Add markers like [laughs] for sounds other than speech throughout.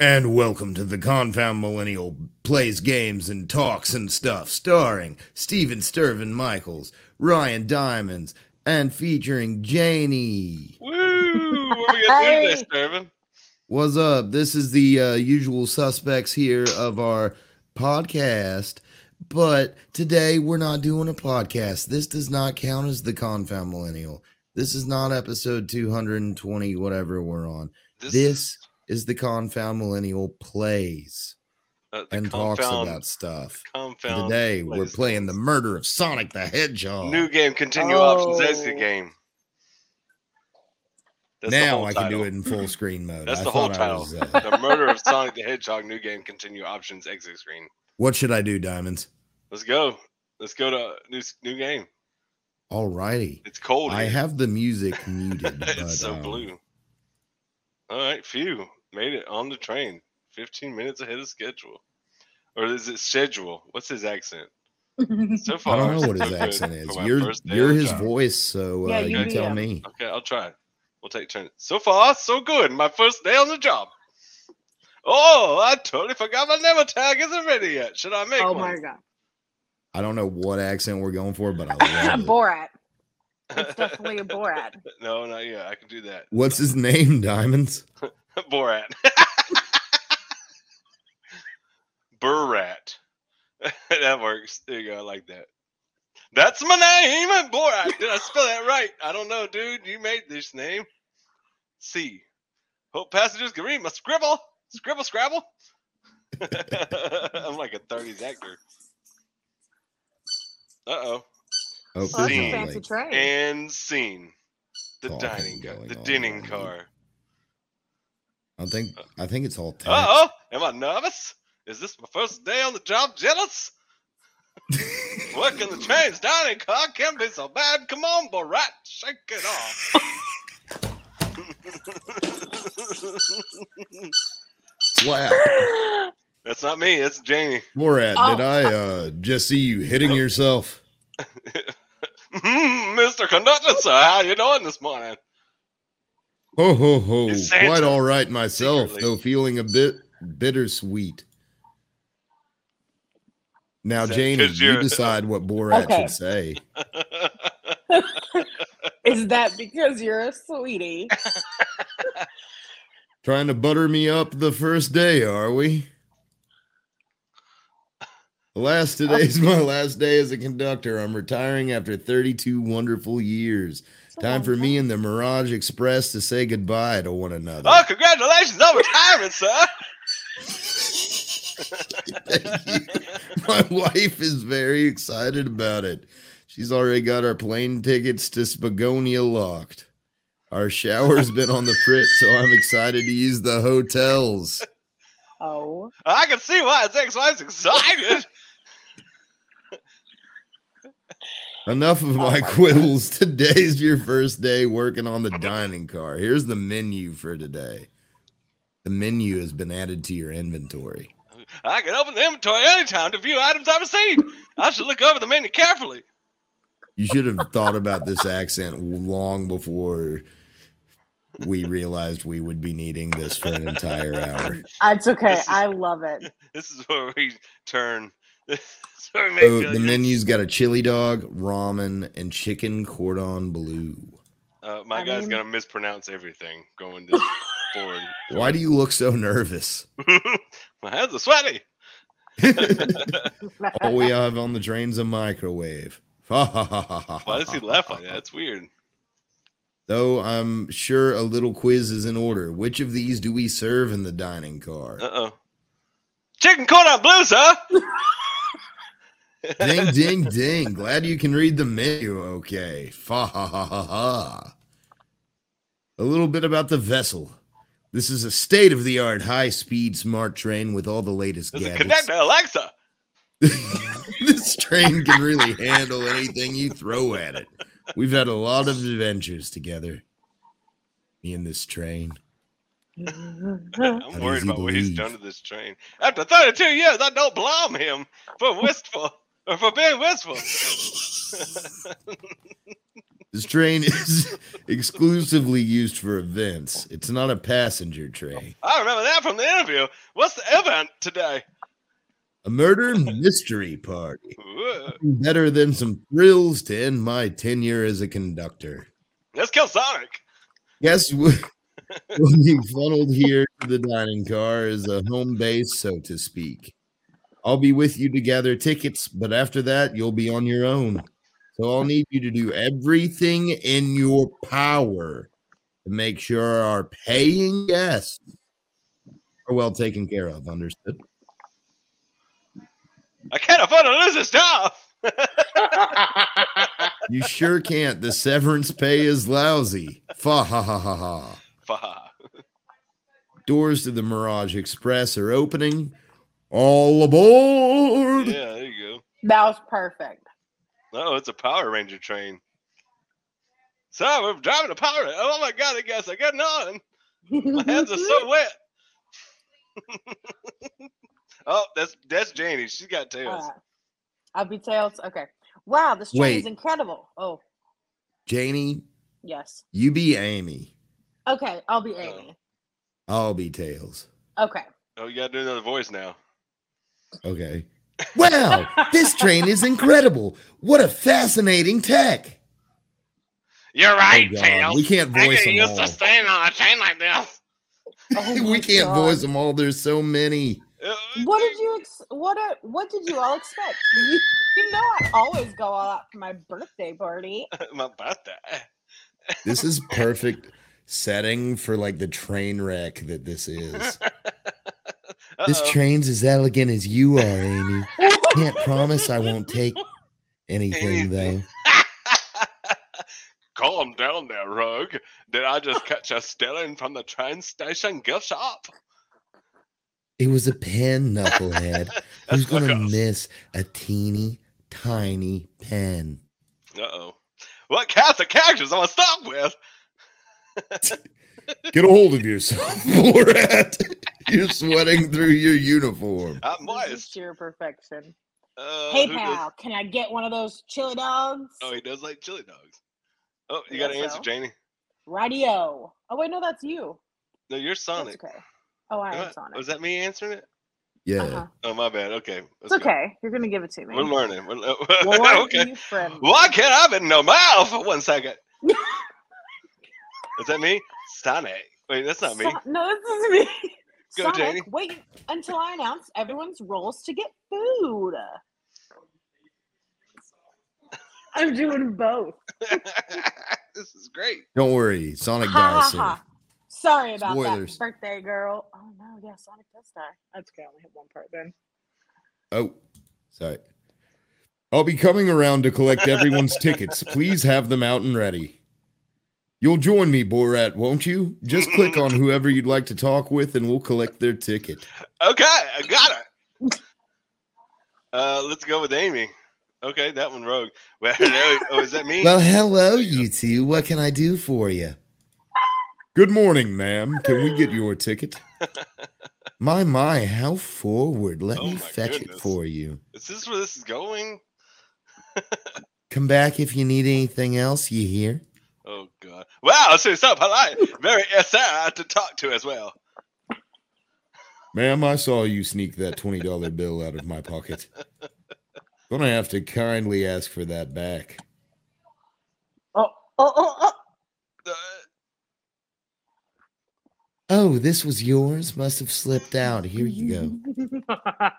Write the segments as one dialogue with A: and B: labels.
A: And welcome to the Confound Millennial Plays Games and Talks and Stuff, starring Steven Sturvin Michaels, Ryan Diamonds, and featuring Janie.
B: Woo! What we gonna do today, Sturvin?
A: What's up? This is the uh, usual suspects here of our podcast, but today we're not doing a podcast. This does not count as the Confound Millennial. This is not episode 220, whatever we're on. This is the Confound Millennial Plays
B: uh, the
A: and talks
B: confound-
A: about stuff.
B: confound
A: Today we're
B: plays.
A: playing the murder of Sonic the Hedgehog.
B: new game, continue options, exit
C: Oh.
B: game. That's the
A: now
B: whole
A: I can
B: title.
A: do it in
B: [laughs]
A: full screen mode.
B: That's
A: I
B: the whole
A: thought I
B: title.
A: was, uh,
B: the murder of Sonic the Hedgehog. New game, continue options, exit screen.
A: what should I do, Diamonds?
B: Let's go. Let's go to new s- new game.
A: Alrighty.
B: It's cold.
A: I
B: here.
A: have the music muted.
B: [laughs] it's
A: but,
B: so
A: um,
B: blue. All right, phew, made it on the train. Fifteen minutes ahead of schedule, or is it schedule? What's his accent? So
A: I
B: far,
A: don't know what
B: so [laughs]
A: his
B: good
A: accent is.
B: for my
A: You're
B: first day
A: you're
B: on the
A: his
B: job.
A: voice, so uh,
C: Yeah,
A: you,
C: you
B: do
A: tell
C: it.
A: me.
B: Okay, I'll try. We'll take turns. So far, so good. My first day on the job. Oh, I totally forgot my name tag isn't ready yet. Should I make
C: oh
B: one?
C: my god.
A: I don't know what accent we're going for, but
C: [laughs]
A: I love it.
C: Borat.
B: [laughs]
C: It's definitely
A: [laughs]
C: a Borat.
B: no, not yet. I can do that.
A: What's his name, Diamonds?
B: Borat. [laughs] Burrat. [laughs] that works. There you go. I like that. That's my name, I'm Borat. Did I spell that right? I don't know, dude. You made this name. C. Hope passengers can read my scribble. Scribble, scrabble. [laughs] I'm like a 30s actor. Uh oh.
A: Oh,
C: Well, that's
A: he's
C: a
B: Scene.
A: not
C: fancy
A: late.
C: train.
B: And scene. The
A: Talking
B: dining car.
A: going
B: The
A: on
B: dining
A: right now.
B: car.
A: I think I think it's all text.
B: Uh oh, am I nervous? Is this my first day on the job? Jealous?
A: [laughs]
B: Working the trains down in car can be so bad. Come on, Borat, shake it off.
A: Wow.
B: That's not me. It's Jamie. [laughs]
A: Borat,
C: Oh.
A: did I uh, just see you hitting yourself?
B: Mm, Mr. Conductor, sir, how you doing this morning? [laughs]
A: Ho ho ho!
B: It's Santa.
A: Quite all right myself,
B: Secretly.
A: though feeling a bit bittersweet. Now,
B: Is that
A: Janie,
B: 'cause
A: you
B: you're-
A: decide what Borat
C: Okay.
A: should say.
C: [laughs] Is that because you're a sweetie?
A: Trying to butter me up the first day, are we? Last today's my last day as a conductor. I'm retiring after 32 wonderful years. [laughs] Time for me and the Mirage Express to say goodbye to one another.
B: oh, congratulations on retiring, sir.
A: [laughs]
B: [laughs]
A: Thank you. My [laughs] wife is very excited about it. She's already got our plane tickets to Spagonia locked. Our shower's been on the fritz, so I'm excited to use the hotels.
C: Oh.
B: I can see why his ex-wife's excited.
A: Enough of my
C: my God.
A: quibbles. [laughs] Today's your first day working on the dining car. Here's the menu for today. The menu has been added to your inventory.
B: I can open the inventory anytime to view items I've received. I should look over the menu carefully.
A: You should have thought about this accent long before we realized we would be needing this for an entire hour.
C: It's okay.
B: This is-
C: I love it.
B: This is where we turn. [laughs] This is where we make
A: So Oh, the
B: judgments.
A: menu's got a chili dog, ramen, and chicken cordon bleu.
B: Uh, my
C: I
B: guy's
C: mean-
B: gonna mispronounce everything going
C: [laughs]
B: this forward.
A: Why do you look so nervous?
B: [laughs] my hands are sweaty.
A: Oh. All we have on the train's a microwave.
B: Why
A: Why [laughs]
B: does he laugh like that? That's weird.
A: Though I'm sure a little quiz is in order. Which of these do we serve in the dining car?
B: Uh oh. Chicken cordon bleu, sir. [laughs]
A: ding, ding, ding. Glad you can read the menu. Okay. Fa ha ha ha ha. A little bit about the vessel. This is a state of the art, high speed smart train with all the latest
B: There's a
A: gadgets.
B: conductor,
C: [laughs]
B: Alexa.
A: [laughs] this train can really handle anything you throw at it. We've had a lot of adventures together. Me and this train.
B: I'm
A: does
B: worried
A: he
B: about what he's
A: believe?
B: done to this train. After 32 years, I don't blame him [laughs] for wistful or for being wistful.
A: This train [laughs] is exclusively used for events. It's not a passenger train.
B: I remember that from the interview. What's the event today?
A: A murder mystery party.
B: Whoa.
A: Better than some thrills to end my tenure as a conductor.
B: Let's kill Sonic.
A: Yes, [laughs] we'll be funneled here to the dining car is a home base, so to speak. I'll be with you to gather tickets, but after that, you'll be on your own. So I'll need you to do everything in your power to make sure our paying guests are well taken care of. Understood?
B: I can't afford to lose this job. [laughs]
A: You sure can't. The severance pay is lousy. Fa ha ha ha ha.
B: Fuck.
A: Doors to the Mirage Express are opening. All aboard!
B: Yeah, there you
C: [laughs] That was perfect.
B: go. Oh, it's a Power Ranger train. So we're driving a Power Ranger. Oh my god, I guess I'm getting on. My hands
A: [laughs]
B: are
C: [laughs]
B: so wet. [laughs] oh, that's that's Janie. She's got tails.
C: Uh, I'll be tails. Okay. Wow, this train is
A: Wait.
C: incredible. Oh,
A: Janie,
C: yes.
A: you be Amy.
C: Okay, I'll be Amy.
A: I'll be Tails. [laughs]
C: Okay.
B: Oh, you gotta do another voice now.
A: Okay. Wow, this train is incredible. What a fascinating tech.
B: You're right,
A: Oh, God,
B: Tails.
A: We can't
B: I
A: voice
B: get
A: them
B: used to
A: all.
B: staying on a train like this.
C: Oh my
A: we can't
C: God.
A: voice them all. There's so many.
C: What
B: Mm-hmm.
C: did
B: [laughs]
C: you ex- what a, what did you all expect? You, you know I always go all out for my birthday
B: [laughs]
C: party. [laughs]
B: My birthday.
A: This is perfect setting for like the train wreck that this is. This
B: Uh-oh.
A: train's as elegant as you are, Amy. Can't promise I won't take anything though.
B: [laughs] Calm down there, Rogue. Did I just catch a stealing from the train station gift shop?
A: It was a pen, knucklehead. Who's
C: [laughs]
B: That's like
A: gonna
B: a-
A: miss a teeny tiny pen?
B: Uh oh. What cast of characters am I stuck with?
A: Get a hold of yourself, [laughs] Borat. You're sweating through your uniform.
B: I'm
C: This is
B: moist.
C: sheer perfection.
B: Uh,
C: hey
B: who does-
C: pal, can I get one of those chili dogs?
B: Oh, he does like chili dogs. Oh, you
C: I
B: got to
C: guess
B: answer,
C: so.
B: Janie.
C: Radio. Oh wait, no, that's you.
B: No, you're
C: That's
B: Sonic.
C: okay. Oh, I am
B: Uh,
C: Sonic.
B: Was that me answering it?
A: Yeah.
C: Uh-huh.
B: Oh, my bad. Okay.
C: It's okay. You're gonna give it to me.
B: We're learning. We're, [laughs]
C: Lord,
B: okay.
C: you friend.
B: Why can't I have it in the mouth for one
C: [laughs]
B: second? Is that me? Sonic. Wait, that's not me.
C: So- no, this is me.
B: [laughs] Go,
C: Sonic,
B: Janie.
C: Wait until I announce everyone's roles to get food. I'm doing
A: [laughs]
C: both.
B: [laughs] this is great.
A: Don't worry, Sonic
C: Ha,
A: dies
C: ha,
A: soon.
C: ha. Sorry about
A: Spoilers.
C: that, birthday girl. Oh no, yeah, Sonic does die. That's okay. I only hit one part then.
A: Oh, sorry. I'll be coming around to collect
C: [laughs]
A: everyone's tickets. Please have them out and ready. You'll join me, Borat, won't you? Just click on whoever you'd like to talk with and we'll collect their ticket.
B: Okay, I got it. Uh, let's go with Amy. Okay, that one rogue. [laughs] Well, hello. oh, is that me?
A: Well, hello, you two. What can I do for you? Good morning, ma'am. Can we get your ticket? [laughs] My, my, how forward. Let
B: Oh
A: me
B: my
A: fetch
B: goodness.
A: it for you.
B: Is this where this is going?
A: Come back if you need anything else, you hear?
B: Oh God! Wow, so so polite, very sad to talk to as well.
A: Ma'am, I saw you sneak that $20 bill out of my [laughs] pocket. Gonna have to kindly ask for that back.
C: Oh, oh, oh, oh.
B: Uh,
A: Oh, this was yours? Must have slipped out. Here you go.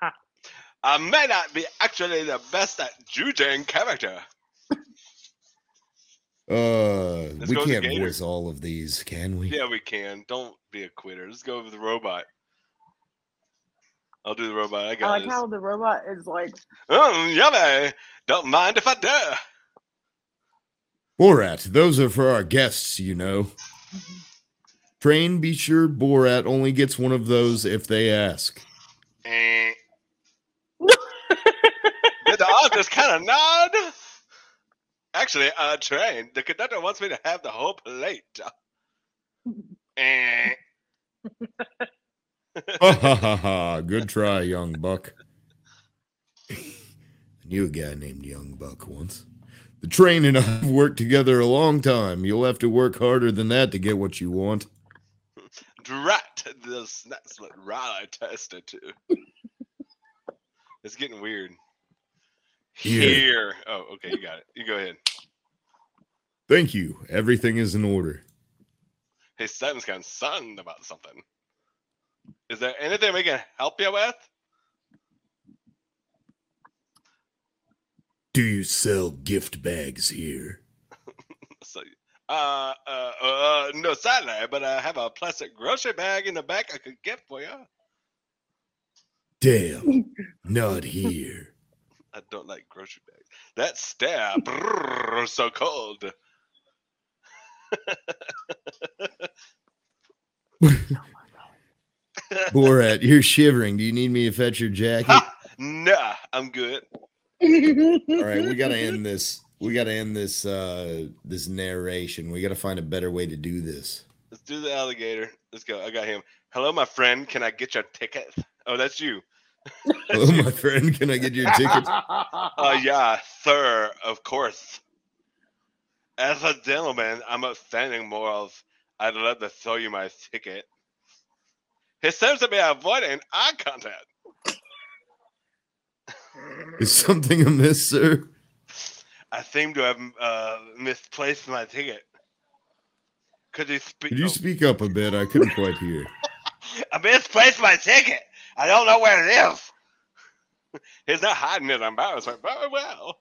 C: [laughs]
B: I may not be actually the best at judging character.
A: Uh,
B: Let's
A: we
B: go with the
A: can't
B: gator.
A: voice all of these, can we?
B: Yeah, we can. Don't be a quitter. Let's go with the robot. I'll do the robot. I
C: I
B: got
C: like
B: this.
C: how the robot is like,
B: Mm, yummy. Don't mind if I do.
A: Borat, those are for our guests, you know. Train, be sure Borat only gets one of those if they ask.
B: Eh. Did the office kind of nod? Actually, uh, train. The conductor wants me to have the whole plate. Eh.
A: Ha ha ha ha. Good try, young buck. I knew a guy named Young Buck once. The train and I have worked together a long time. You'll have to work harder than that to get what you want.
B: Drat the snaps look right I tested to. it's getting weird.
A: Here.
B: Here. Oh, okay, you got it. You go ahead.
A: Thank you. Everything is in order.
B: Hey, Simon's concerned about something. Is there anything we can help you with?
A: Do you sell gift bags here?
B: So, uh, uh, uh, no, sadly, but I have a plastic grocery bag in the back I could get for you.
A: Damn, not here.
B: I don't like grocery bags. That stare, brrr, so cold.
A: Borat, you're shivering. Do you need me to fetch your jacket?
B: Nah, I'm good.
A: All right, we
C: [laughs]
A: gotta
B: [laughs]
A: end this. We gotta end this uh this narration. We gotta find a better way to do this.
B: Let's do the alligator. Let's go. I got him. Hello, my friend. Can I get your ticket? Oh, that's you. [laughs]
A: Hello, Oh my friend. Can I get your ticket?
C: Uh-huh.
B: Uh, yeah, sir, of course. As a gentleman, I'm outstanding morals. I'd love to show you my ticket. He seems to be avoiding eye contact.
A: Is something amiss, sir?
B: I seem to have uh, misplaced my ticket. Could you speak?
A: Could you
B: oh,
A: speak up a bit? I couldn't quite hear.
B: I misplaced my ticket. I don't know where it is. [laughs] He's not hiding his embarrassment very oh, well.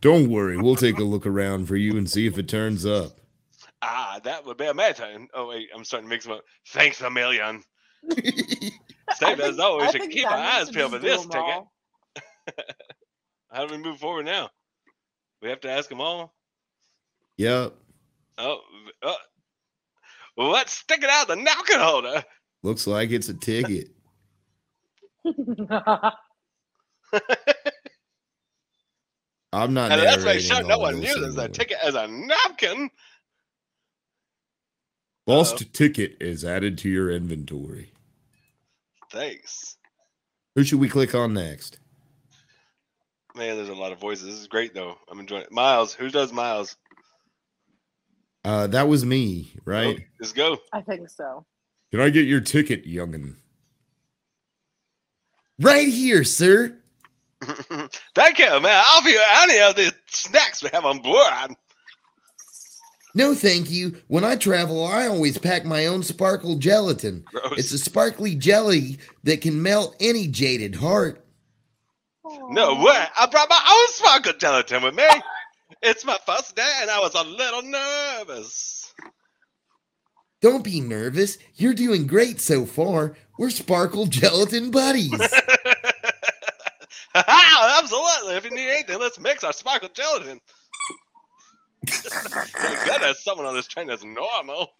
A: Don't worry, we'll take a look around for you and see if it turns
B: [laughs]
A: up.
B: Ah, that would be amazing. Oh wait, I'm starting to mix them up. Thanks a million. Same as always, should keep our eyes peeled for this ticket. How do we move forward now? We have to ask them all.
A: Yep.
B: Oh, v- uh, let's stick it out the napkin holder.
A: Looks like it's a ticket.
C: [laughs]
A: I'm not.
B: and let's make
A: narrating
B: sure no
A: all
B: one
A: this
B: uses a
A: anymore.
B: ticket as a napkin.
A: Lost ticket is added to your inventory.
B: Thanks.
A: Who should we click on next?
B: Man, there's a lot of voices. This is great though. I'm enjoying it. Miles, who does Miles?
A: Uh, that was me,
B: Oh,
A: right?
B: let's go. [laughs]
C: I think so.
A: Can I get your ticket, youngin? Right here, sir.
B: Thank you, man. I'll be any of the snacks we have on board.
A: No, thank you. When I travel, I always pack my own sparkle gelatin.
B: Gross.
A: It's a sparkly jelly that can melt any jaded heart.
B: No
C: Aw. [laughs]
B: way! I brought my own sparkle gelatin with me. It's my first day, and I was a little nervous. [laughs]
A: Don't be nervous. You're doing great so far. We're sparkle gelatin buddies.
B: Absolutely. If you need anything, let's mix our sparkle gelatin. [laughs] Thank goodness someone on this train is normal.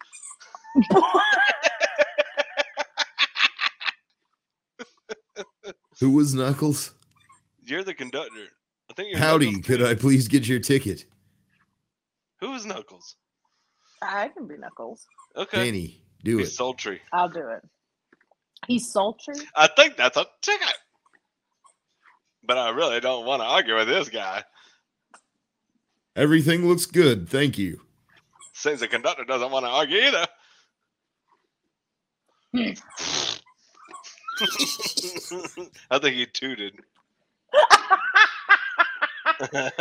A: Who was Knuckles?
B: You're the conductor. I think you're
A: Howdy,
B: Knuckles.
A: could I please get your ticket?
B: Who's Knuckles?
C: I can be Knuckles.
B: Okay.
A: Danny, do
B: He's
A: it.
B: sultry.
C: I'll do it. He's sultry.
B: I think that's a ticket. But I really don't want to argue with this guy.
A: Everything looks good, thank you.
B: Seems the conductor doesn't want to argue either.
C: Hmm.
B: [laughs] I think he tooted. [laughs]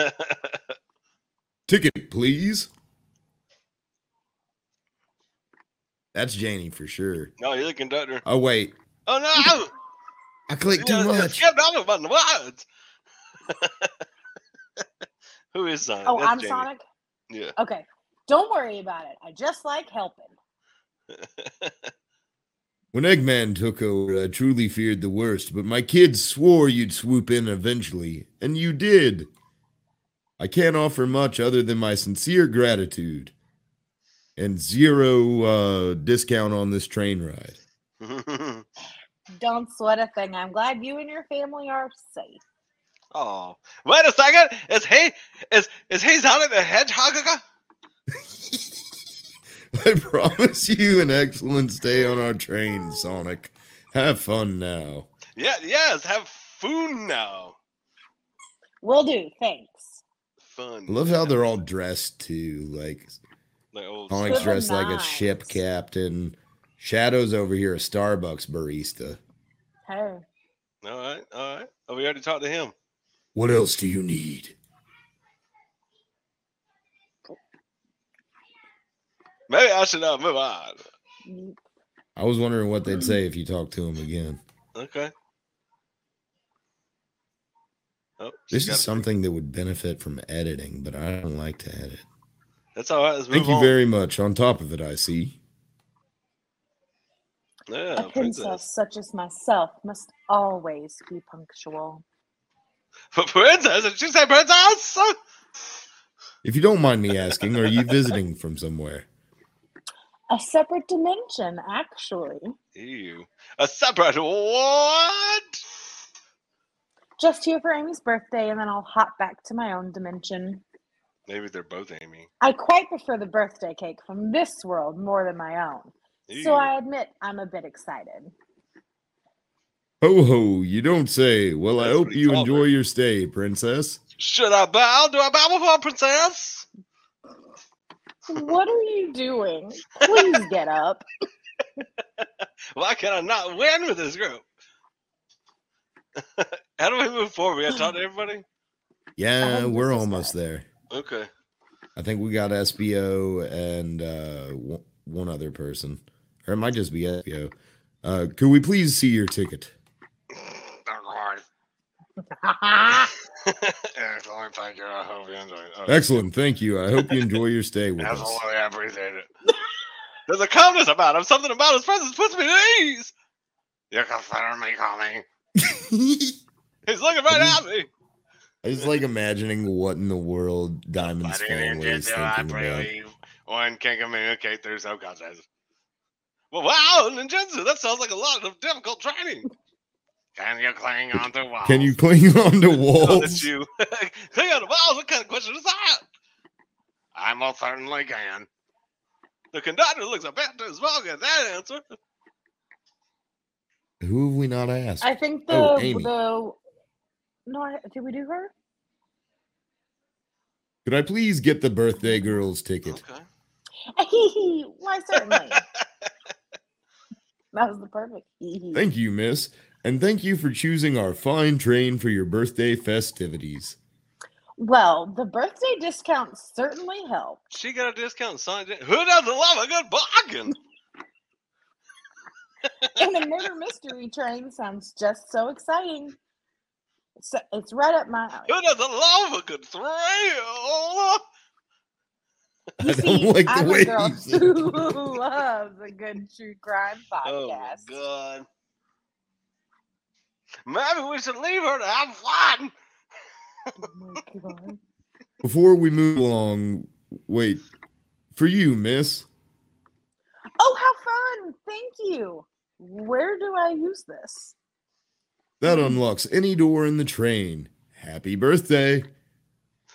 A: Ticket, please. That's Janie for sure.
B: no, you're the conductor.
A: Oh wait,
B: Oh no!
A: I clicked too
B: You wanna
A: much.
B: skip over about the words. [laughs] Who is Sonic?
C: Oh,
B: That's
C: I'm
B: Jamie.
C: Sonic.
B: Yeah.
C: Okay. Don't worry about it. I just like helping.
A: When Eggman took over, I truly feared the worst, but my kids swore you'd swoop in eventually, and you did. I can't offer much other than my sincere gratitude and zero uh, discount on this train ride. [laughs]
B: [laughs]
C: Don't sweat a thing. I'm glad you and your family are safe.
B: oh, wait a second. Is he is is he Sonic the Hedgehog?
A: I promise you an excellent stay on our train, Sonic. Have fun now.
B: Yeah, yes. Have food now.
C: Will do. Thanks.
B: Fun.
A: Love how they're all dressed too. Like
B: Like old
A: Onyx
C: They're
A: dressed like a
C: nice.
A: ship captain. Shadows over here, a Starbucks barista.
C: Hey.
B: All right, all right. Oh, we already talked to him.
A: What else do you need?
B: Maybe I should not move on.
A: I was wondering what they'd say if you talked to him again.
B: Okay. Oh, she's
A: This
B: got
A: is
B: it.
A: something that would benefit from editing, but I don't like to edit.
B: That's all right. Let's move
A: Thank you
B: on.
A: very much. On top of it, I see.
B: yeah,
C: a princess, such as myself must always be punctual.
B: [laughs] princess. princess. Did you say princess?
A: If you don't mind me asking, are you visiting from somewhere?
C: A separate dimension, actually.
B: Ew. A separate what?
C: Just here for Amy's birthday, and then I'll hop back to my own dimension.
B: Maybe they're both aiming.
C: I quite prefer the birthday cake from this world more than my own.
B: Ew.
C: So I admit I'm a bit excited.
A: Ho ho, you don't say. Well, I
B: That's
A: hope
B: what he
A: you
B: called
A: enjoy
B: her.
A: your stay, princess.
B: Should I bow? Do I bow before a princess?
C: What are you doing? Please
A: [laughs]
C: get up.
B: Why can I not win with this group? [laughs] How do we move forward? We got to talk to everybody?
A: Yeah, we're
C: 100%.
A: almost there.
B: Okay.
A: I think we got SBO and uh, one- one other person, or it might just be SBO. Uh, could we please see your ticket?
B: [laughs] Excellent, thank you. I hope you enjoy it. Okay.
A: Excellent, thank you. I hope you enjoy your stay with us.
B: Absolutely, I appreciate it. There's a calmness about him. Something about his presence puts me at ease. You can flatter me, calling.
A: [laughs]
B: He's looking right at me.
A: I was like imagining what in the world Diamond's
B: Bloody and
A: family is
B: gentle, I
A: thinking about.
B: believe one can communicate through some concepts. Well, wow, ninjutsu, that sounds like a lot of difficult training. Can you cling on to walls?
A: Can you cling [laughs] on to
B: Oh,
A: walls?
B: that's you. [laughs] Cling on to walls? What kind of question is that? I most certainly can. The conductor looks about to smoke at that answer.
A: Who have we not asked?
C: I think the
A: Oh, Amy.
C: the no, I, did we do her? [laughs]
A: Could I please get the birthday girl's ticket?
B: Okay.
C: Why certainly. that was the perfect.
A: Thank you, miss. And thank you for choosing our fine train for your birthday festivities.
C: [laughs] Well, the birthday discount certainly helped.
B: She got a discount, son. Who doesn't love a good bargain?
C: And the murder mystery train sounds just so exciting. So it's right up my alley.
B: Who doesn't love a good thrill?
A: [laughs] I
C: You
A: don't
C: see,
A: like the
C: I'm
A: way
C: a girl [laughs]
A: you said
C: who loves a good true crime
B: Oh
C: podcast.
B: my god. Maybe we should leave her to have fun.
C: [laughs] Oh my God.
A: Before we move along, wait. For you, miss.
C: Oh, how fun! Thank you. Where do I use this?
A: That
B: Hmm.
A: unlocks any door in the train. Happy
B: [laughs]
A: birthday.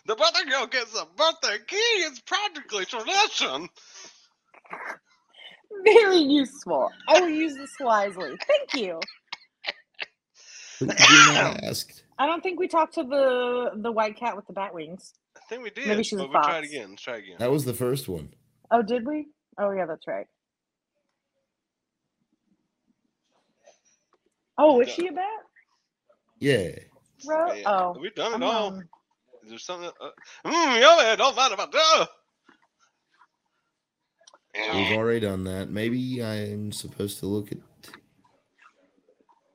B: The birthday girl gets a birthday key. It's practically tradition.
C: Very useful. I will use this wisely. Thank you.
A: Who did you not ask?
C: I don't think we talked to the the white cat with the bat wings.
B: I think we did.
C: Maybe she's a
B: but we'll try it
C: fox.
B: again. Let's try it again.
A: That was the first one.
C: Oh, did we? Oh, yeah, that's right. Oh, is she a bat?
A: Yeah.
C: Ro-
B: Yeah.
C: Oh,
B: We've done it
C: I'm
B: all.
C: wrong.
B: There's something. Uh, mm, yummy. Don't mind if I do.
A: We've already done that. Maybe I'm supposed to look at.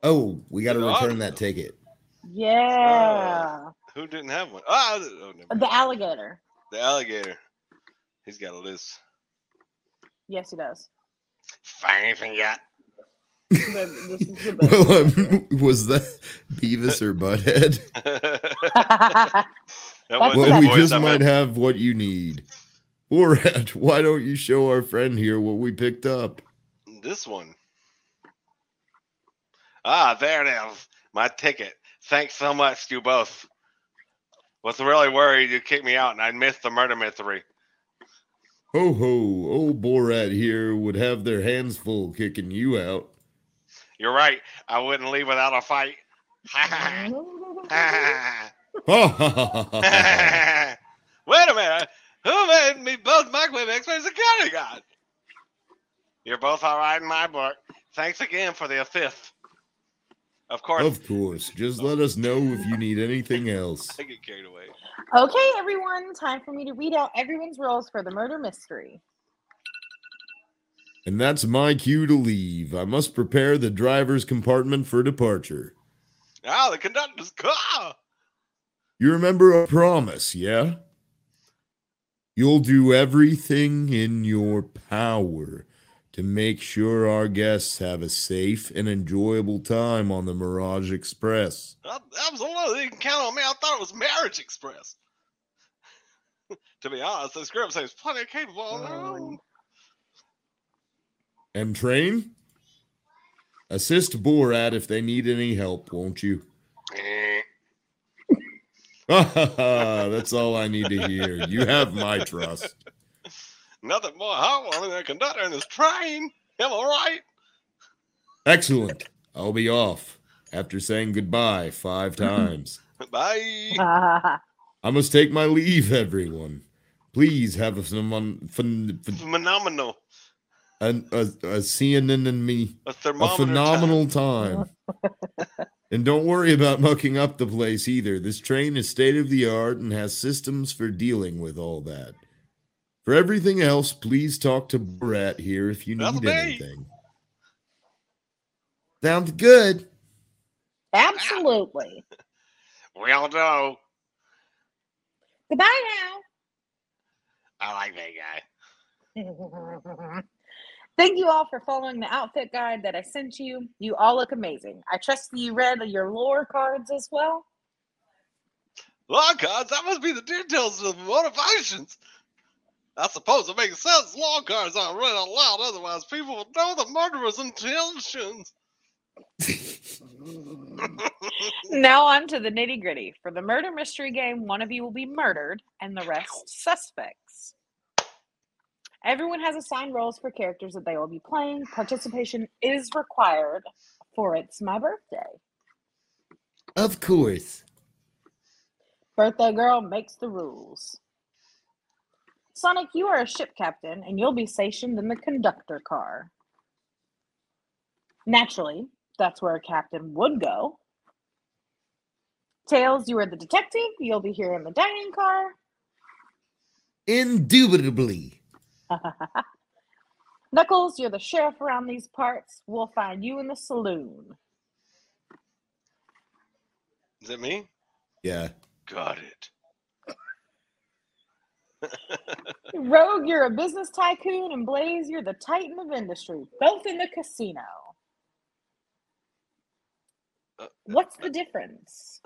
A: Oh, we got to return that ticket. [laughs]
C: yeah.
B: Who didn't have one? Ah, I did- oh, never mind.
C: The alligator.
B: the alligator. He's got a list.
C: Yes, he does.
B: Anything yet?
C: The- this is the
A: [laughs] Well, um, was that Beavis or
B: [laughs]
A: Butthead?
B: [laughs] that
C: best.
B: wasn't
C: the
A: Well,
B: the
A: we
B: voice
A: just
B: I
A: might
B: meant.
A: have what you need. Borat, [laughs] why don't you show our friend here what we picked up?
B: This one. Ah, there it is. My ticket. Thanks so much to you both. Was really worried you kicked me out and I missed the murder mystery.
A: Ho ho, old Borat here would have their hands full kicking you out. [laughs]
B: [laughs] You're right. I wouldn't leave without a fight. Ha ha ha.
A: Wait
B: Wait a minute. Who made me both microwave experts and counter god? You're both all right in my book. Thanks again for the fifth. Of course,
A: Of course. Just let us know if you need anything else.
B: I get carried away.
C: [laughs] Okay, everyone, time for me to read out everyone's roles for the murder mystery. [laughs]
A: And that's my cue to leave. I must prepare the driver's compartment for departure.
B: Ah, the conductor's [laughs] car.
A: You remember a promise, yeah? You'll do everything in your power to make sure our guests have a safe and enjoyable time on the Mirage Express.
B: Ab- Absolutely, you can count on me. I thought it was Marriage Express. [laughs] to be honest, the script seems plenty capable. on their own.
A: And train? Assist Borat if they need any help, won't you? [laughs]
B: Eh.
A: That's all I need to hear. You have my trust.
B: Nothing more heartwarming than a conductor in this train. Am I right?
A: Excellent. I'll be off after saying goodbye five times.
B: Bye.
C: Ah,
A: I must take my leave, everyone. Please have a phenom- phen- phen-
B: Phenomenal.
A: an, a, a CNN and me
B: A
A: a
B: thermometer.
A: phenomenal time. and don't worry about mucking up the place either. This train is state of the art and has systems for dealing with all that. For everything else, please talk to Brett here if you
B: That's
A: need
B: me.
A: anything. Sounds good. [laughs]
C: absolutely.
B: time. We all know.
C: Goodbye
B: I like that guy.
C: now. [laughs] Thank you all for following the outfit guide that I sent you. You all look amazing. I trust that you read your lore cards as well.
B: Law cards, that must be the details of the motivations. I suppose it makes sense. Law cards aren't read out loud, otherwise, people would know the murderer's intentions.
C: Now on to the nitty gritty. For the murder mystery game, one of you will be murdered and the rest suspects. Everyone has assigned roles for characters that they will be playing. Participation is required for It's My Birthday.
A: Of course.
C: Birthday Girl makes the rules. Sonic, you are a ship captain and you'll be stationed in the conductor car. Naturally, that's where a captain would go. Tails, you are the detective. You'll be here in the dining car.
A: Indubitably.
C: Knuckles, you're the sheriff around these parts. We'll find you in the saloon.
B: Is it me?
A: Yeah.
B: Got it. [laughs]
C: Rogue, you're a business tycoon, and Blaze, you're the titan of industry, both in the casino.
B: Uh,
C: What's the difference?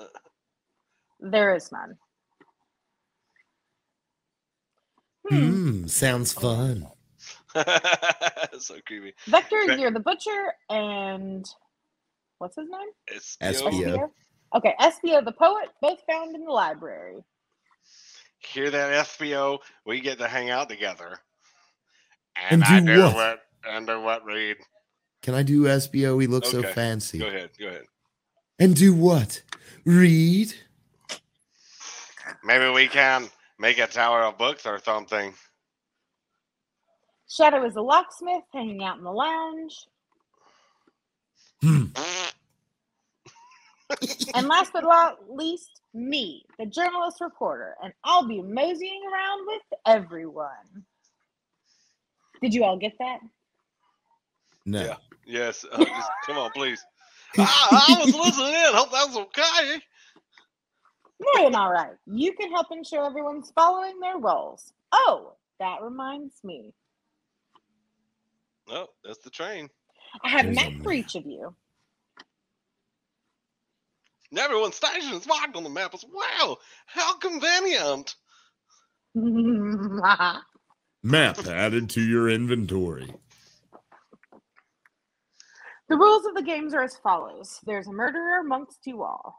C: There is none. Hmm.
A: Hmm, sounds fun.
B: so creepy.
C: Vector,
B: Ve-
C: you're the butcher, and what's his name?
B: It's
A: Espio.
C: Espio? Okay, Espio the poet, both found in the library.
B: Hear that, SBO? We get to hang out together.
A: And do what?
B: And do what, Reed?
A: Can I do SBO? E? He looks so
B: Okay,
A: fancy.
B: Go ahead. Go ahead.
A: And do what? Read?
B: Maybe we can make a tower of books or something.
C: Shadow is a locksmith, hanging out in the lounge.
A: Hmm.
C: And last but not least, me, the journalist reporter, and I'll be moseying around with everyone. Did you all get that?
A: No.
B: Yeah. Yes. uh, just- come on, please. I, I was listening in. Hope that was okay.
C: More than all right. You can help ensure everyone's following their roles. Oh, that reminds me.
B: Oh, that's the train.
C: I have
A: There's
C: an
A: a
C: map for
A: map.
C: each of you. [laughs]
B: And Everyone's station is marked on the map as well. How convenient.
A: Map added to your inventory.
C: the rules of the games are as follows there's a murderer amongst you all.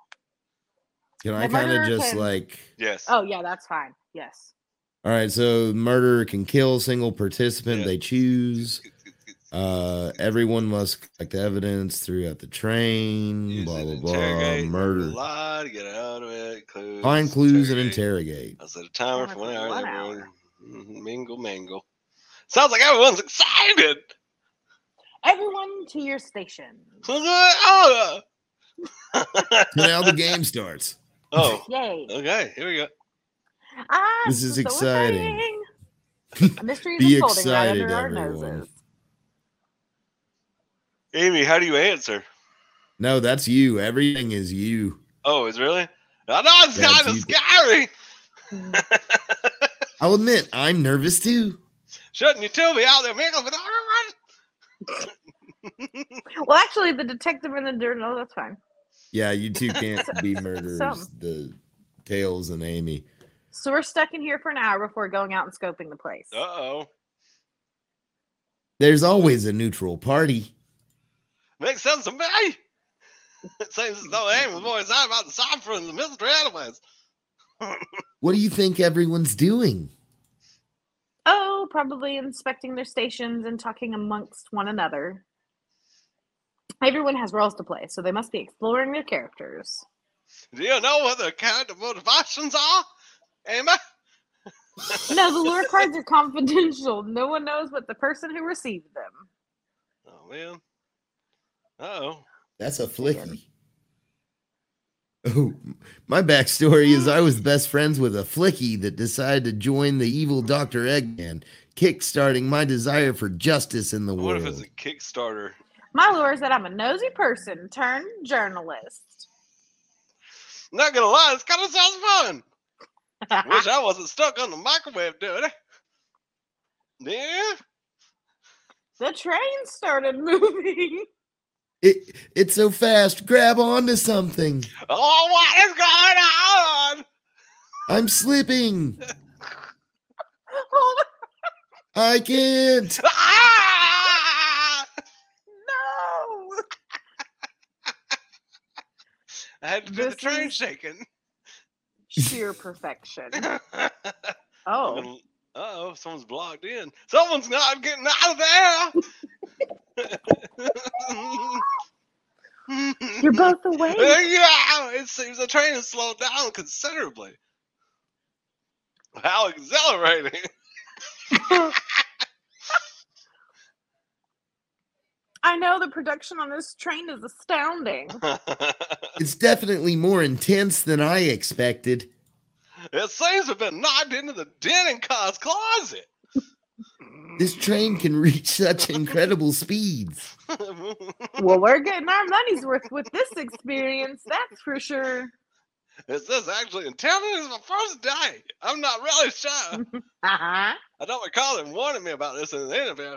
A: Can I
C: The
A: kind of
C: murderer
A: just
C: can-
A: like
B: Yes.
C: Oh, yeah, that's fine. Yes.
A: All right, so murderer can kill single participant
B: Yeah.
A: they choose. Uh, everyone must collect evidence throughout the train.
B: Use
A: blah
B: it,
A: blah blah.
B: interrogate,
A: Murder.
B: Lie to get out of it. Clues.
A: Find clues and
B: interrogate.
A: interrogate.
B: I set a timer
C: Timer
B: for one
C: for
B: hour.
C: one
B: then
C: hour.
B: everyone- Mhm, Mingle, mangle. Sounds like everyone's excited. [laughs]
C: Everyone to your station.
B: oh,
A: now the [laughs] game starts.
B: Oh,
C: Yay.
B: okay. Here we go.
C: Ah,
A: This is exciting. [laughs]
C: exciting. A mystery is
A: Be
C: unfolding right under
A: excited,
C: our
A: everyone.
C: noses.
B: Amy, how do you answer?
A: No, that's you. Everything is you.
B: Oh, is really? I know it's
A: That's
B: kind of
A: you.
B: scary.
A: I'll admit, I'm nervous too.
B: Shouldn't you two be out there mingling with everyone?
C: [laughs] Well, actually, the detective and the journal, that's fine.
A: Yeah, you [laughs] two can't be murderers.
C: Some.
A: The Tails and Amy.
C: So we're stuck in here for an hour before going out and scoping the place.
B: Uh oh.
A: There's always a neutral party.
B: Makes sense to me. [laughs] It seems as though Amy was more excited about deciphering the mystery anyways.
A: What do you think everyone's doing?
C: Oh, probably inspecting their stations and talking amongst one another. Everyone has roles to play, so they must be exploring their characters.
B: Do you know what their character motivations are, Amy?
C: No, the lure cards are confidential. No one knows but the person who received them.
B: Oh, man. Uh oh.
A: That's a flicky. Oh, my backstory is I was best friends with a flicky that decided to join the evil Dr. Eggman, kickstarting my desire for justice in the
B: What
A: world.
B: if it's a Kickstarter?
C: My lure is that I'm a nosy person turned journalist. [laughs]
B: Not gonna lie, this kind of sounds fun. Wish I wasn't stuck on the microwave doing it. Yeah.
C: the train started moving. [laughs]
A: It- it's so fast. Grab onto something.
B: Oh, what is going on?
A: I'm slipping.
C: Oh
A: I can't.
B: Ah!
C: no!
B: I had to do the
C: This
B: train
C: is-
B: shaking. [laughs]
C: Sheer perfection.
B: oh,
C: Oh,
B: oh, someone's blocked in. Someone's not getting out of there. [laughs]
C: you're both awake.
B: yeah, it seems the train has slowed down considerably. How exhilarating! [laughs]
C: I know the production on this train is astounding.
A: It's definitely more intense than I expected.
B: it seems we've been knocked into the den in Car's closet. [laughs]
A: This train can reach such incredible speeds.
C: well, we're getting our money's worth with this experience, that's for sure.
B: Is this actually intended? It's my first day. I'm not really
C: [laughs]
B: sure.
C: Uh-huh.
B: I don't recall them warning me about this in the interview.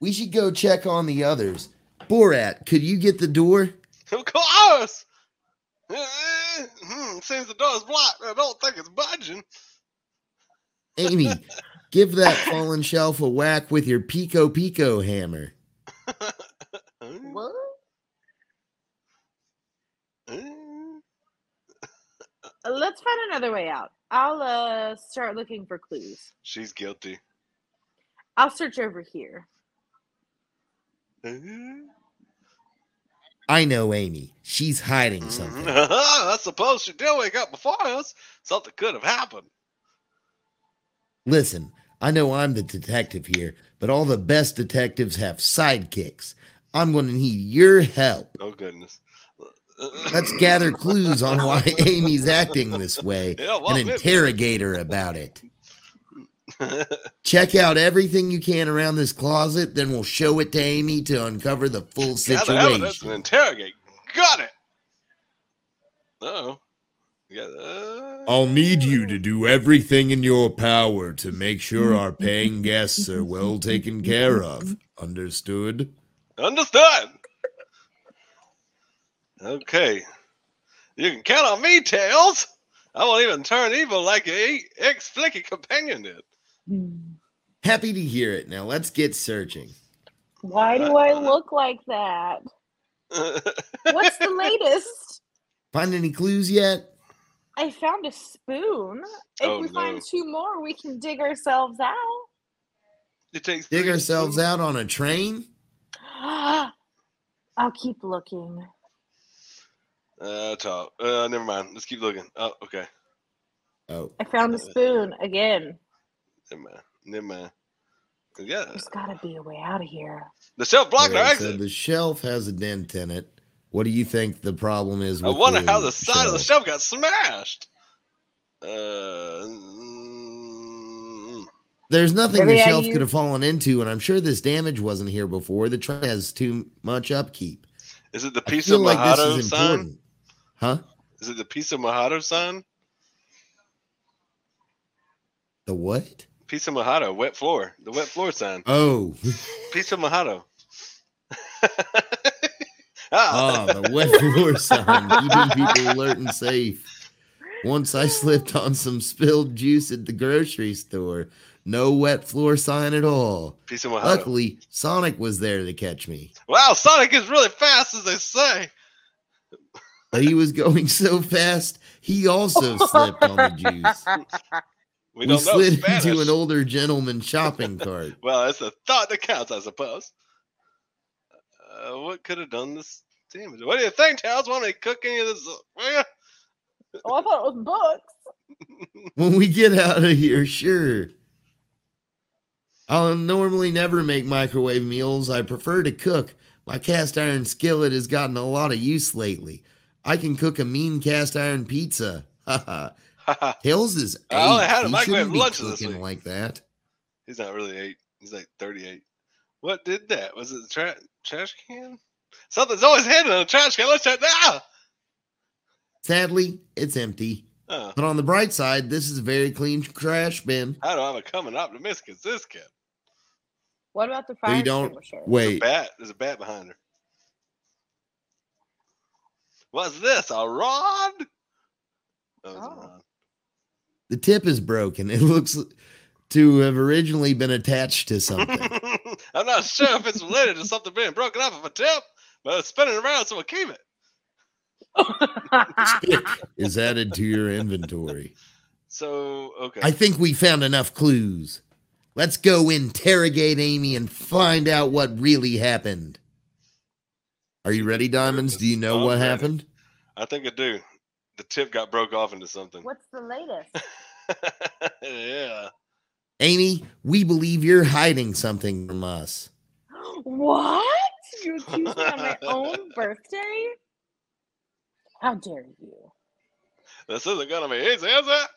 A: We should go check on the others. Borat, could you get the door?
B: Of course. Hmm, Seems the door's blocked. I don't think it's budging.
A: Amy, give that fallen shelf a whack with your Pico Pico hammer.
B: Hmm,
C: What?
B: hmm.
C: Uh, Let's find another way out. I'll uh, start looking for clues.
B: She's guilty.
C: I'll search over here.
B: Hmm.
A: I know Amy. She's hiding
B: Mm-hmm.
A: something.
B: Hmm, [laughs] I suppose she did wake up before us. Something could have happened.
A: Listen, I know I'm the detective here, but all the best detectives have sidekicks. I'm going to need your help.
B: Oh goodness.
A: Let's gather clues on why Amy's acting this way
B: [laughs] Yeah, well,
A: and
B: maybe.
A: interrogate her about it.
B: [laughs]
A: Check out everything you can around this closet, then we'll show it to Amy to uncover the full
B: Gather evidence and
A: situation.
B: interrogate. Got it. Oh. Yeah. uh,
A: I'll need you to do everything in your power to make sure our paying guests are well taken care of. Understood?
B: Understood. Okay. You can count on me, Tails. I won't even turn evil like your ex flicky companion did. [laughs]
C: Hmm.
A: Happy to hear it. Now let's get searching.
C: Why do I look like that? What's the latest?
A: Find any clues yet?
C: I found a spoon. If
B: Oh,
C: we
B: no.
C: find two more, we can dig ourselves out.
B: It takes
A: Dig
B: three-
A: ourselves out on a train?
C: [gasps] I'll keep looking.
B: Uh, top. Uh, never mind. Let's keep looking. Oh, okay.
A: Oh,
C: I found a spoon again.
B: Never mind. Never mind. Yeah,
C: There's gotta be a way out of here.
B: the shelf blocked our
A: okay, so
B: exit.
A: the shelf has a dent in it. What do you think the problem is?
B: I
A: with
B: wonder how the side of the shelf got smashed. Uh, mm,
A: There's nothing
C: Maybe
A: the
C: I
A: shelf
C: use-
A: could have fallen into, and I'm sure this damage wasn't here before. The train has too much upkeep.
B: is it the
A: I
B: piece
A: feel
B: of
A: like
B: Mojado
A: this is
B: sign?
A: important. Huh?
B: Is it the piece of Mojado sign?
A: The what?
B: Piece of Mojado, wet floor. The wet floor sign.
A: Oh,
B: Piece of Mojado. [laughs] ah,
A: oh, the wet floor sign, keeping people alert and safe. Once I slipped on some spilled juice at the grocery store. No wet floor sign at all.
B: piece of Mojado.
A: Luckily, Sonic was there to catch me.
B: Wow, Sonic is really fast, as they say.
A: But he was going so fast, he
B: [laughs]
A: also slipped on the juice. We,
B: We don't know
A: slid
B: Spanish.
A: into an older gentleman shopping cart.
B: well, it's a thought that counts, I suppose. Uh, what could have done this damage? What do you think, Charles? Why don't they cook any of this? Well, [laughs]
C: Oh, I thought it was books.
A: when we get out of here, sure. I'll normally never make microwave meals. I prefer to cook. My cast iron skillet has gotten a lot of use lately. I can cook a mean cast iron pizza. [laughs] Haha.
B: haha,
A: Hills is eight.
B: I only had a
A: He
B: microwave
A: shouldn't be
B: lunch this
A: cooking
B: week.
A: like that.
B: He's not really eight. He's like thirty-eight. What did that? Was it the tra- trash can? Something's always hidden in a trash can. Let's ah! check now.
A: Sadly, it's empty.
B: Oh,
A: But on the bright side, this is a very clean trash bin.
B: how do I become an optimistic as this kid?
C: What about the fire
A: We don't
C: extinguisher?
A: wait.
B: Bat. There's a bat behind her. What's this? A rod? Oh, it's a
C: Oh.
B: rod.
A: The tip is broken. It looks to have originally been attached to something.
B: [laughs] I'm not sure if it's related to something being broken off of a tip, but it's spinning around, so we'll keep it.
A: Stick is added to your inventory.
B: So okay.
A: I think we found enough clues. Let's go interrogate Amy and find out what really happened. Are you ready, Diamonds? Do you know
B: I'm
A: what
B: ready.
A: happened?
B: I think I do. The tip got broke off into something.
C: [laughs] What's the latest?
B: [laughs]
C: [gasps]
B: yeah.
A: Amy, we believe you're hiding something from us.
C: what? You accuse me on
B: [laughs]
C: my own birthday? How dare you?
B: This isn't gonna be easy, is it?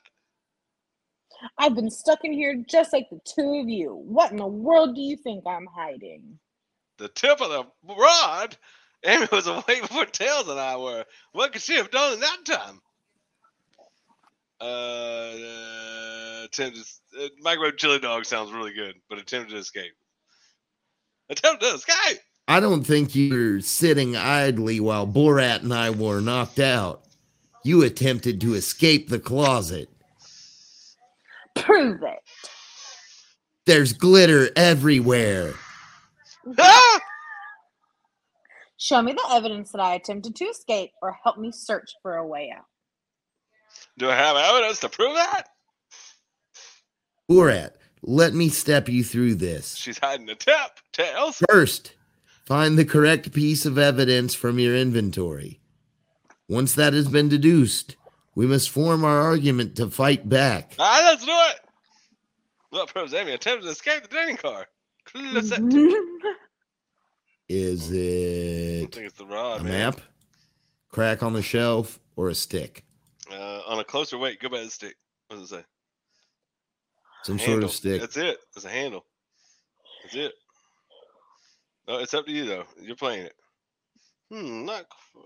C: I've been stuck in here just like the two of you. What in the world do you think I'm hiding?
B: The tip of the rod. Amy was away before Tails and I were. What could she have done in that time? Uh, attempted uh, microwave chili dog sounds really good, but attempted to escape. Attempted to escape. [laughs]
A: I don't think you're sitting idly while Borat and I were knocked out. You attempted to escape the closet.
C: Prove it.
A: There's glitter everywhere.
B: Ah!
C: Show me the evidence that I attempted to escape or help me search for a way out.
B: Do I have evidence to prove that?
A: Borat, let me step you through this.
B: She's hiding the tip. Tails.
A: First, find the correct piece of evidence from your inventory. Once that has been deduced, we must form our argument to fight back.
B: All right, Ah, let's do it. What proves Amy attempted to escape the dining car? Let's-
C: [laughs] Mm-hmm.
A: Is
B: I
A: it
B: think it's the rod,
A: a
B: man.
A: map, crack on the shelf, or a stick?
B: Uh, on a closer wait, go by the stick. What does it say?
A: Some sort
B: handle.
A: of stick.
B: That's it. It's a handle. That's it. No, it's up to you though. You're playing it. Hmm. Not. qu-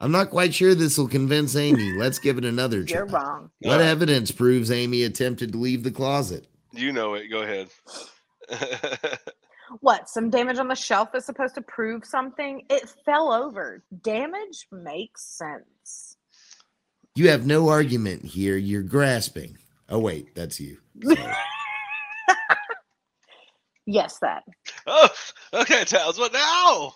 A: I'm not quite sure this will convince Amy. Let's give it another try.
C: You're wrong.
A: What
B: Alright,
A: evidence proves Amy attempted to leave the closet?
B: You know it. Go ahead. [laughs]
C: What? Some damage on the shelf is supposed to prove something? It fell over. Damage makes sense. [laughs]
A: You have no argument here. You're grasping. Oh, wait, that's you. Sorry.
C: Yes, that.
B: oh, okay, Tails. What now?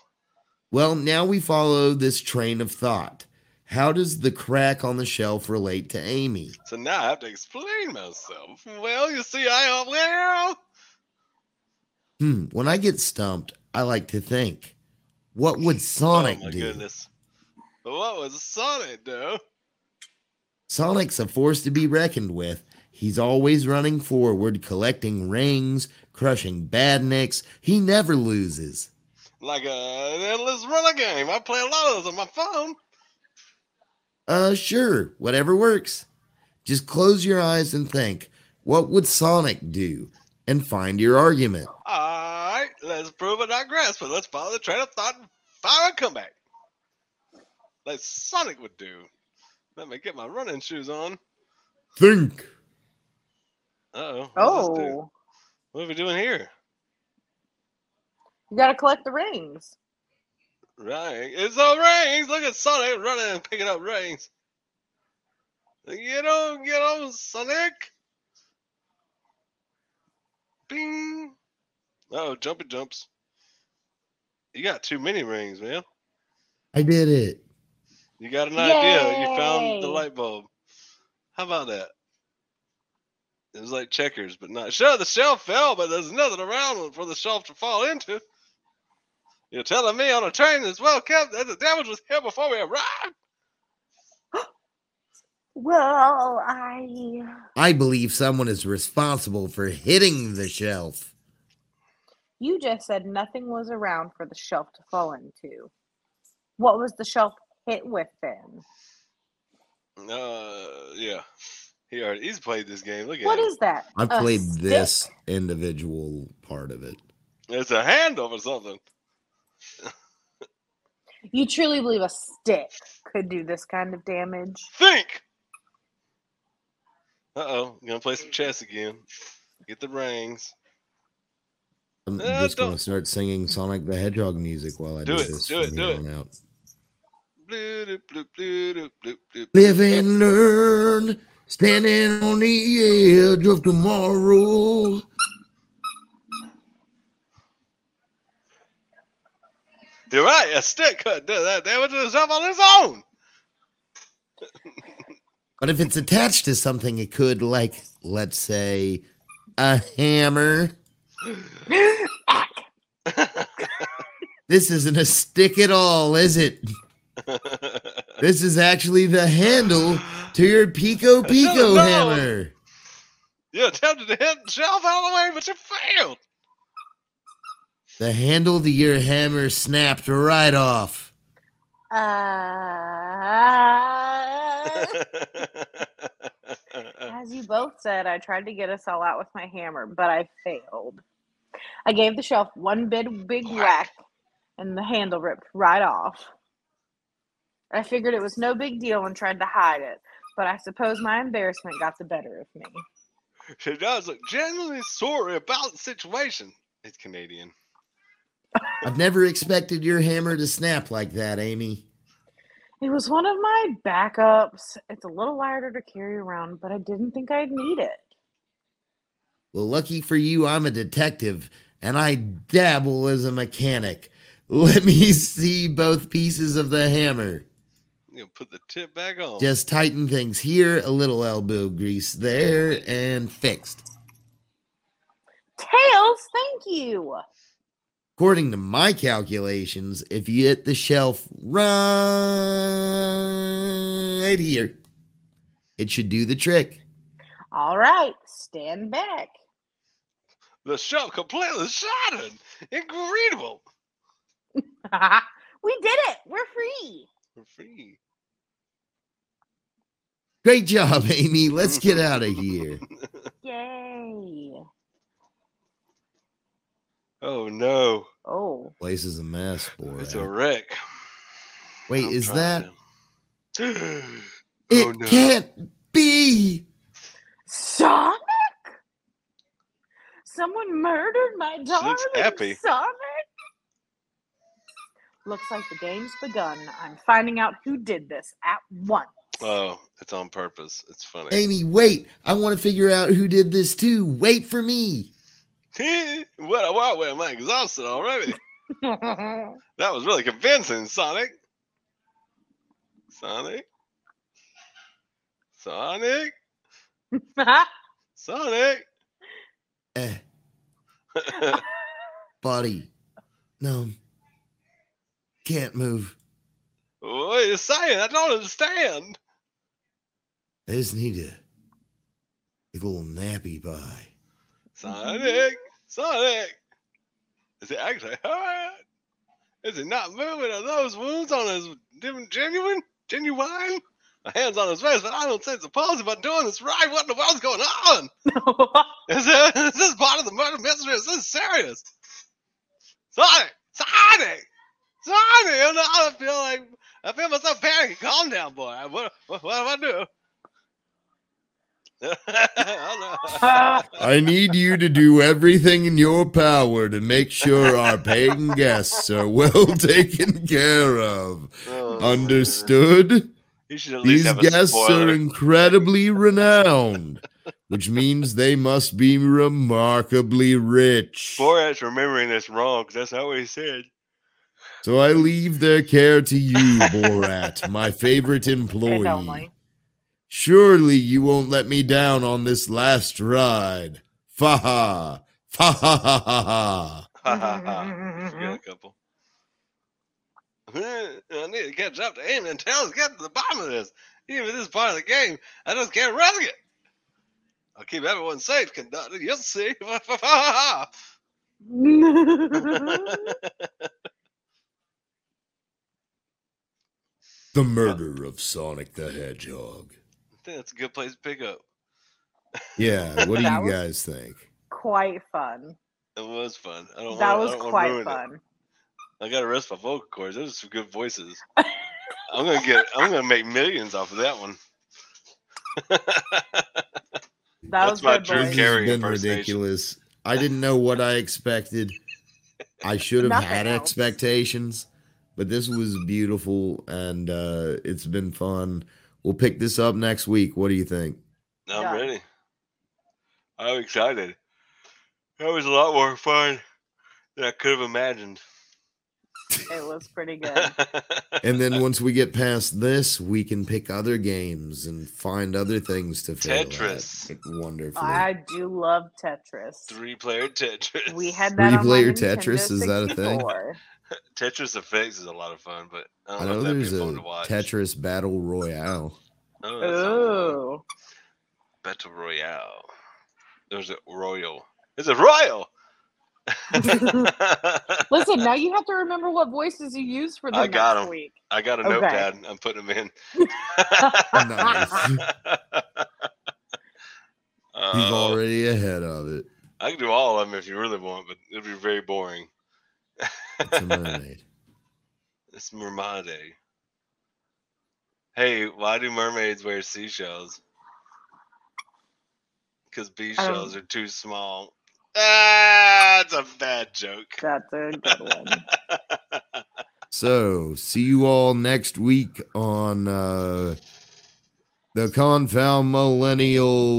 A: Well, now we follow this train of thought. How does the crack on the shelf relate to Amy?
B: So now I have to explain myself. Well, you see, I am well.
A: Hmm. When I get stumped, I like to think, what would Sonic
B: [laughs] oh my
A: do?
B: goodness. What was Sonic do?
A: Sonic's a force to be reckoned with. He's always running forward, collecting rings, crushing badniks. He never loses.
B: Like a endless runner game. I play a lot of those on my phone.
A: Uh, sure, whatever works. Just close your eyes and think, what would Sonic do? And find your argument.
B: All right, let's prove a digress, but let's follow the train of thought and fire a comeback. Like Sonic would do. Let me get my running shoes on.
A: Think.
B: Uh oh.
C: Oh,
B: What are we doing here?
C: you got to collect the rings.
B: Right. It's all rings. Look at Sonic running and picking up rings. Get on, get on, Sonic. Bing. Oh, jumping jumps. You got too many rings, man.
A: I did it.
B: You got an idea. You found the
C: Yay.
B: light bulb. How about that? It was like checkers, but not sure. The shelf fell, but there's nothing around for the shelf to fall into. You're telling me on a train that's well kept that the damage was here before we arrived.
C: Well, I.
A: I believe someone is responsible for hitting the shelf.
C: You just said nothing was around for the shelf to fall into. What was the shelf hit with then?
B: Uh, yeah. He already he's played this game. Look at
C: What
B: him.
C: is that?
A: I've
C: A
A: played
C: stick?
A: this individual part of it.
B: It's a handle or something.
C: You truly believe a stick could do this kind of damage?
B: Think. Uh oh, gonna play some chess again. Get the rings.
A: I'm
B: Uh,
A: just going
B: don't-
A: to start singing Sonic the Hedgehog music while I
B: Do
A: do,
B: it,
A: this.
B: do it,
A: from
B: do
A: here
B: it.
A: on out.
B: Bloop, bloop, bloop, bloop, bloop,
A: Live and learn, standing on the edge of tomorrow.
B: You're right. A stick could do that damage to himself on his own.
A: But if it's attached to something, it could, like, let's say, a hammer. This isn't a stick at all, is it? This is actually the handle to your Pico Pico
B: No.
A: hammer.
B: [laughs] you attempted to hit the shelf all the way, but you failed.
A: The handle to your hammer snapped right off.
C: Uh, [laughs] as you both said, I tried to get us all out with my hammer, but I failed. I gave the shelf one big, big whack, and the handle ripped right off. I figured it was no big deal and tried to hide it, but I suppose my embarrassment got the better of me.
B: she does look genuinely sorry about the situation. It's Canadian.
A: I've never expected your hammer to snap like that, Amy.
C: It was one of my backups. It's a little lighter to carry around, but I didn't think I'd need it.
A: Well, lucky for you, I'm a detective and I dabble as a mechanic. Let me [laughs] see both pieces of the hammer.
B: You know, put the tip back on.
A: Just tighten things here, a little elbow grease there, and fixed.
C: Tails, thank you.
A: According to my calculations, if you hit the shelf right here, it should do the trick.
C: All right, stand back. [laughs]
B: The shelf completely shattered. Incredible.
C: we did it. We're free.
B: We're free.
A: Great job, [laughs] Amy. Let's
B: [laughs]
A: get out of here.
C: Yay.
B: Oh no,
C: Oh,
A: Place is a mess, boy.
B: it's a wreck.
A: Wait, is that
B: that?
A: it?
B: Oh, no.
A: Can't be.
C: Sonic? Someone murdered my darling
B: looks happy.
C: Sonic? Looks like the game's begun. I'm finding out who did this at once.
B: [gasps]
C: [laughs]
B: oh, it's on purpose. It's funny.
A: Amy, wait. I want to figure out who did this too. Wait for me.
B: what a wow, am I exhausted already? That was really convincing, Sonic. Sonic. Sonic. Sonic.
A: Eh, Body. No. Can't move.
B: What are you saying? I don't understand.
A: I just need a, a little nappy pie.
B: Sonic, Sonic. Is it actually hurt? Is it not moving? Are those wounds on his dim- genuine? Genuine? My hand's on his face, but I don't sense a pulse. Am I doing this right? What in the world's going on? Is, it, is [laughs] this part of the murder mystery? Is this serious? Sonic! Sonic! Sonic! I, don't know, I feel like I feel myself panicking. Calm down, boy. I- What, what, what do I do? I don't know.
A: I need you to do everything in your power to make sure our paying guests are well [laughs] taken care of.
B: [laughs] Oh,
A: Understood?
B: You should at least
A: These
B: have a
A: guests are
B: spoiler.
A: incredibly renowned, which means they must be remarkably rich.
B: Borat's remembering this wrong because that's not what he said. [laughs]
A: So I leave their care to you, Borat, my favorite
C: It's
A: employee.
C: only.
A: Surely you won't let me down on this last ride. Fa ha. Fa ha ha ha ha.
B: Ha ha
C: Mm-hmm,
B: ha. He's got a couple. [laughs] I need to catch up to Aim and Tails. Get to the bottom of this. Even this part of the game, I just can't risk it. I'll keep everyone safe, conductor. You'll see. [laughs] Ha ha ha
A: The murder of Sonic the Hedgehog.
B: I think that's a good place to pick up.
A: Yeah, what do
C: That
A: you
C: was-
A: guys think?
C: [laughs] quite fun.
B: It was fun. I don't. wanna,
C: That
B: I
C: was
B: don't wanna
C: quite
B: ruin it.
C: fun.
B: I got to rest my vocal cords. Those are some good
C: [laughs]
B: voices. I'm gonna get. I'm gonna make millions off of that one.
C: That
B: That's
C: was
B: my
C: good,
B: Drew
A: This
C: boys.
A: has
B: Carey
A: been
B: impersonation.
A: ridiculous. I didn't know what I expected. I should have
C: Nothing
A: had
C: else.
A: expectations, but this was beautiful and uh, it's been fun. We'll pick this up next week. What do you think?
B: I'm
C: Yeah.
B: ready. I'm excited. That was a lot more fun than I could have imagined.
C: It was
B: [laughs]
C: pretty good.
A: And then once we get past this, we can pick other games and find other things to fail at.
B: Tetris.
A: Wonderfully.
C: I do love Tetris.
B: Three player Tetris.
C: We had that on my
A: Three-player
C: Nintendo
A: Tetris, is that a thing?
B: [laughs]
C: 64.
B: Tetris Effects is a lot of fun, but I
A: I
B: don't know,
A: know
B: if that'd
A: there's
B: be fun
A: a
B: to watch.
A: Tetris Battle Royale. [laughs]
B: Oh, that sounds
C: Ooh,
B: like Battle Royale. There's a Royal. It's a Royal! [laughs]
C: [laughs] listen. Now you have to remember what voices you use for the
B: I
C: next
B: got 'em.
C: week.
B: I got a
C: Okay.
B: notepad. I'm putting them in. [laughs]
A: Nice. He's
B: Uh,
A: already ahead of it.
B: I can do all of them if you really want, but it'd be very boring.
A: It's a mermaid. [laughs]
B: It's mermaid. Hey, why do mermaids wear seashells? Because bee
C: Um.
B: shells are too small. Ah, it's a bad joke.
C: That's a
B: [laughs]
C: good one.
A: So, see you all next week on uh, the Confound Millennial.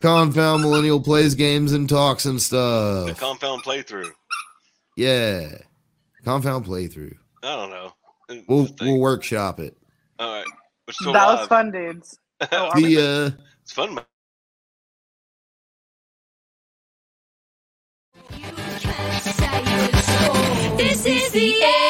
A: Confound Millennial plays games and talks and
B: The
A: stuff.
B: compound playthrough.
A: Yeah. Confound playthrough.
B: I don't know. It's a
A: We'll,
B: thing.
A: we'll workshop it.
B: All right. We're still
C: That was
B: live. [laughs]
C: fun, dudes. Oh, I'm-
A: See ya.
B: It's fun. man.
D: This is the end.